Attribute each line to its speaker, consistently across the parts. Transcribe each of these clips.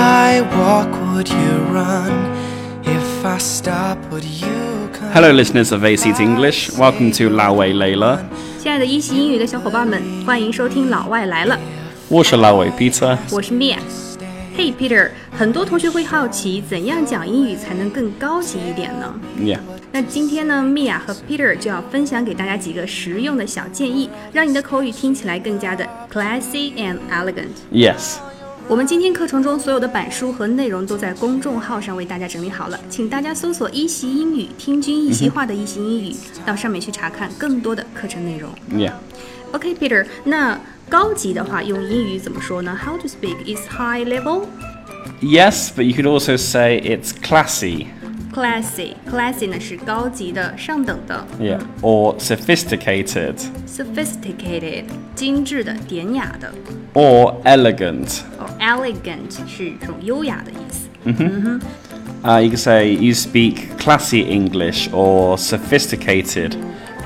Speaker 1: walk, would you run? If I stop, would you come?
Speaker 2: Hello, listeners of AC's English. Welcome to Lao Wei Layla.
Speaker 3: 亲爱的一席英语的小伙伴们，欢迎收听《老外来了》，
Speaker 2: 我是老伟 Peter。
Speaker 3: 我是 Mia。Hey Peter，很多同学会好奇，怎样讲英语才能更高级一点呢？
Speaker 2: Yeah.
Speaker 3: 那今天呢，Mia 和 Peter 就要分享给大家几个实用的小建议，让你的口语听起来更加的 classy and elegant。
Speaker 2: Yes.
Speaker 3: 我们今天课程中所有的板书和内容都在公众号上为大家整理好了，请大家搜索“一席英语”，听君一席话的一席英语，到上面去查看更多的课程内容。
Speaker 2: Yeah.
Speaker 3: OK，Peter，、那高级的话用英语怎么说呢？How to speak is high level,
Speaker 2: Yes, but you could also say it's classy.
Speaker 3: classy. Classy 呢是高级的、上等的
Speaker 2: Yeah. Or sophisticated.
Speaker 3: ，sophisticated 精致的、典雅的
Speaker 2: Or elegant.
Speaker 3: ，or elegant 是一种优雅的意思。
Speaker 2: Uh, you could say you speak classy English or sophisticated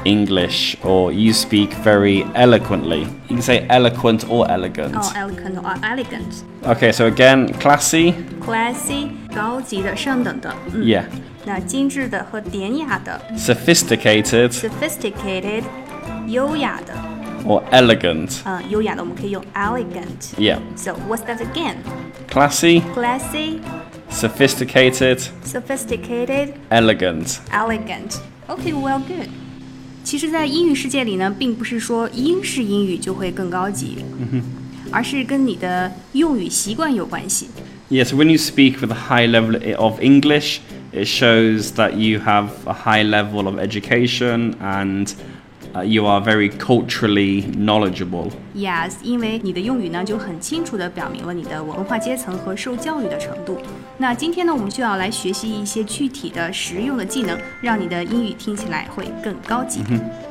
Speaker 2: English, or you speak very eloquently. You can say eloquent or elegant.
Speaker 3: 哦、elegant or elegant,
Speaker 2: Okay, so again, classy.
Speaker 3: classy 高级的、上等的，嗯，
Speaker 2: Yeah.
Speaker 3: 那精致的和典雅的
Speaker 2: Sophisticated
Speaker 3: ，sophisticated 优雅的，
Speaker 2: or elegant.
Speaker 3: 嗯、优雅的我们可以用 elegant。
Speaker 2: Yeah.
Speaker 3: So what's that again?
Speaker 2: Classy,
Speaker 3: Classy,
Speaker 2: sophisticated,
Speaker 3: sophisticated,
Speaker 2: elegant.
Speaker 3: elegant. Okay, well, good. 其实，在英语世界里呢，并不是说英式英语就会更高级，而是跟你的用语习惯有关系。
Speaker 2: Yeah, so when you speak with a high level i- of English, it shows that you have a high level of education and uh, you are very culturally knowledgeable.
Speaker 3: Yes，因为你的用语呢就很清楚地表明了你的文化阶层和受教育的程度。那今天呢，我们就要来学习一些具体的实用的技能，让你的英语听起来会更高级。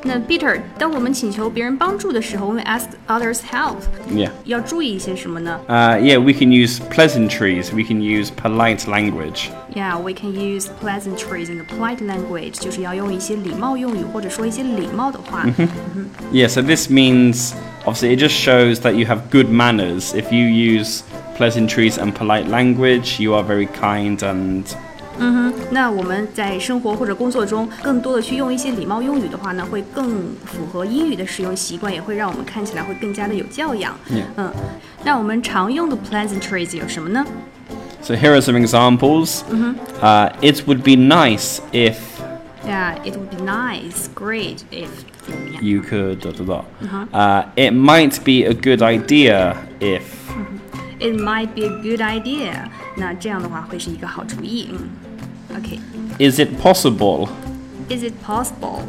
Speaker 3: 那 Peter，当我们请求别人帮助的时候，我们 ask others help，
Speaker 2: Yeah.
Speaker 3: 要注意一些什么呢
Speaker 2: Uh, yeah, we can use pleasantries, we can use polite language.
Speaker 3: ？Yeah, we can use pleasantries and polite language，就是要用一些礼貌用语或者说一些礼貌的话。
Speaker 2: Yeah, so this means obviously it just shows that you have good manners. If you use pleasantries and polite language, you are very kind and
Speaker 3: 那我们在生活或者工作中，更多的去用一些礼貌用语的话呢，会更符合英语的使用习惯，也会让我们看起来会更加的有教养。嗯，那我们常用的 pleasantries 有什么呢
Speaker 2: So here are some examples. Uh, it would be nice if
Speaker 3: ？Yeah，it would be nice, great if
Speaker 2: you could. Da, da, da. Uh, it might be a good idea if.
Speaker 3: it might be a good idea。那这样的话会是一个好主意。嗯，OK，is、
Speaker 2: Is it possible?
Speaker 3: it possible？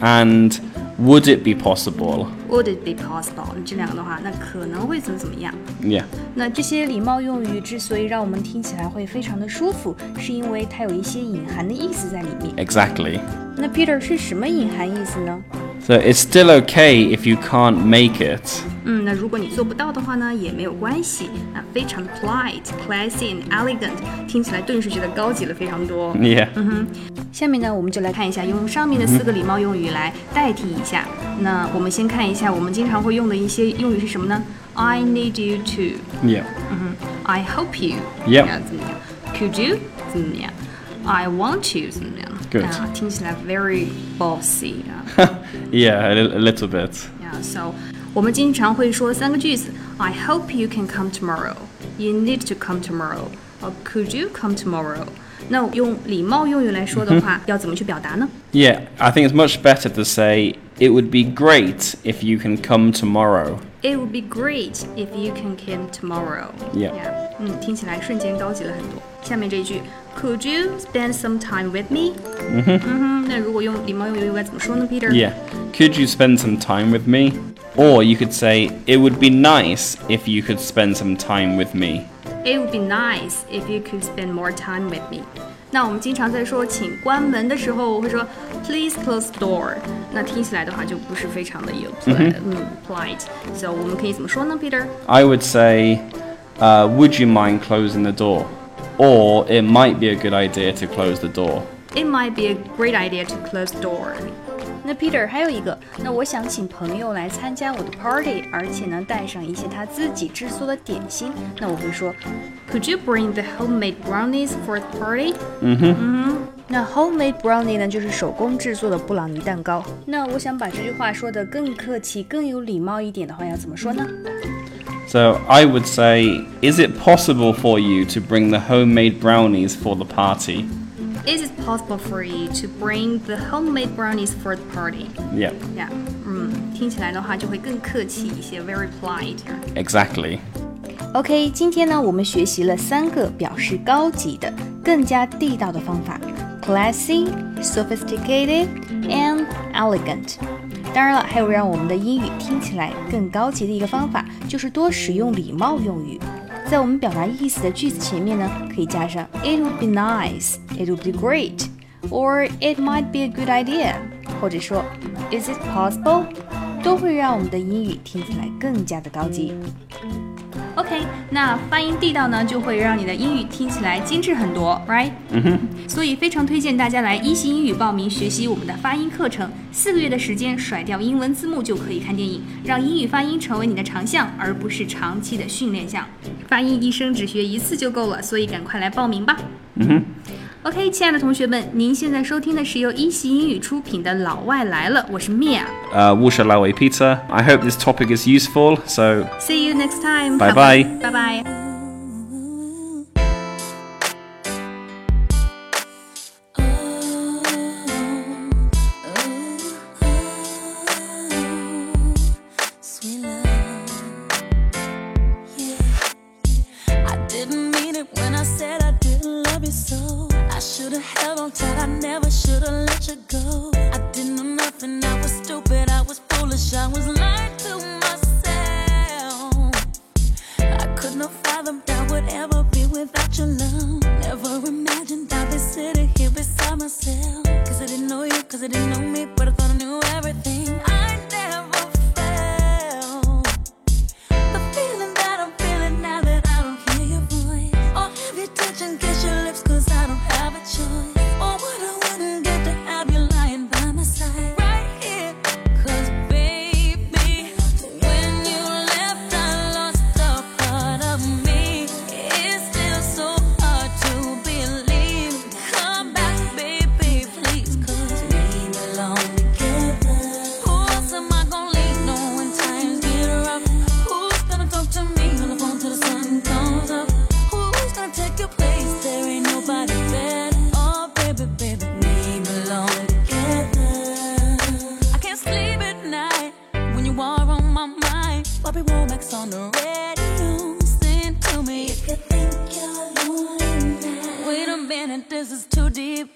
Speaker 2: And would it be possible?
Speaker 3: Would it be possible？这两个的话，那可能会怎么怎么样？
Speaker 2: Yeah.
Speaker 3: 那这些礼貌用语之所以让我们听起来会非常的舒服，是因为它有一些隐含的意思在里面。
Speaker 2: Exactly.
Speaker 3: 那 Peter 是什么隐含意思呢？
Speaker 2: So it's still okay if you can't make it.
Speaker 3: 嗯，那如果你做不到的话呢，也没有关系。那非常的 polite、classy and elegant，听起来顿时觉得高级了非常多。
Speaker 2: Yeah.
Speaker 3: 下面呢，我们就来看一下用上面的四个礼貌用语来代替一下。那我们先看一下我们经常会用的一些用语是什么呢？I need you to。
Speaker 2: Yeah.
Speaker 3: I hope you
Speaker 2: Yep.
Speaker 3: 啊怎么样？Could you 怎么样？I want you 怎么样
Speaker 2: Good
Speaker 3: 啊，听起来 very bossy 啊
Speaker 2: Yeah, a, li- a little bit.
Speaker 3: 啊，so 我们经常会说三个句子：I hope you can come tomorrow. You need to come tomorrow. Or could you come tomorrow? 那用礼貌用语来说 的话，要怎么去表达呢？
Speaker 2: Yeah, I think it's much better to say it would be great if you can come tomorrow.
Speaker 3: It would be great if you can come tomorrow.
Speaker 2: Yeah.
Speaker 3: 嗯，听起来瞬间高级了很多。下面这一句，Could you spend some time with me？嗯哼，那如果用礼貌用语该怎么说呢，Peter？
Speaker 2: Mm-hmm. Yeah. Could you spend some time with me? Or you could say, it would be nice if you could spend some time with me.
Speaker 3: It would be nice if you could spend more time with me. 那我们经常在说请关门的时候，我会说 Please close door。那听起来的话就不是非常的有 polite，嗯，polite。So 我们可以怎么说呢，Peter？
Speaker 2: I would say, uh, would you mind closing the door? Or it might be a good idea to close the door.
Speaker 3: It might be a great idea to close door. 那 Peter 还有一个，那我想请朋友来参加我的 party，而且呢带上一些他自己制作的点心，那我会说，Could you bring the homemade brownies for the party？那嗯 homemade brownie 呢，就是手工制作的布朗尼蛋糕。那我想把这句话说得更客气、更有礼貌一点的话，要怎么说呢？
Speaker 2: So I would say, is it possible for you to bring the homemade brownies for the party?
Speaker 3: Is it possible for you to bring the homemade brownies for the party?
Speaker 2: Yep,
Speaker 3: Yeah，嗯，听起来的话就会更客气一些，very polite。
Speaker 2: exactly.
Speaker 3: OK，今天呢，我们学习了三个表示高级的、更加地道的方法：classy、sophisticated and elegant。当然了，还有让我们的英语听起来更高级的一个方法，就是多使用礼貌用语。在我们表达意思的句子前面呢，可以加上 "It would be nice", "It would be great", or "It might be a good idea", 或者说 "Is it possible"，都会让我们的英语听起来更加的高级。OK，那发音地道呢，就会让你的英语听起来精致很多，right？嗯哼。所以非常推荐大家来一席英语报名学习我们的发音课程，四个月的时间甩掉英文字幕就可以看电影，让英语发音成为你的长项，而不是长期的训练项。发音一生只学一次就够了，所以赶快来报名吧。OK，亲爱的同学们，您现在收听的是由一席英语出品的《老外来了》，我是 Mia。
Speaker 2: Uh, Wushalawe Peter, I hope this topic is useful. So
Speaker 3: See you next time.
Speaker 2: Bye
Speaker 3: 好吧
Speaker 2: bye
Speaker 3: 拜拜。
Speaker 4: Sweet love, yeah. I didn't mean it when I said I didn't love you so. I should have held on tight, I never should have let you go. I didn't know nothing, I was stupid, I was foolish, I was lying to myself. I could not fathom that I would ever be without your love. Never imagined I'd be sitting here beside myself. Cause I didn't know you, cause I didn't know me, but I thought I knew everything. I never felt the feeling that I'm feeling now that I don't hear your voice. Or have your touch and kiss your lips, cause I don't have a choice. Or what I wouldn't get to have you lying by my side. Right here, 'cause baby, when you left, I lost a part of me. It's still so hard to believe. Come back, baby, please, 'cause we belong together. Who else am I gonna leave? No when times get rough. Who's gonna talk to me on the phone till the sun comes up? Who's gonna take your place? There ain't nobody better. Oh, baby, baby, we belong together. I can't sleep at night when you are on my mind. Bobby Womack's on the radio. Sing to me if you think you're lonely now. Wait a minute, this is too deep. Oh, Oh,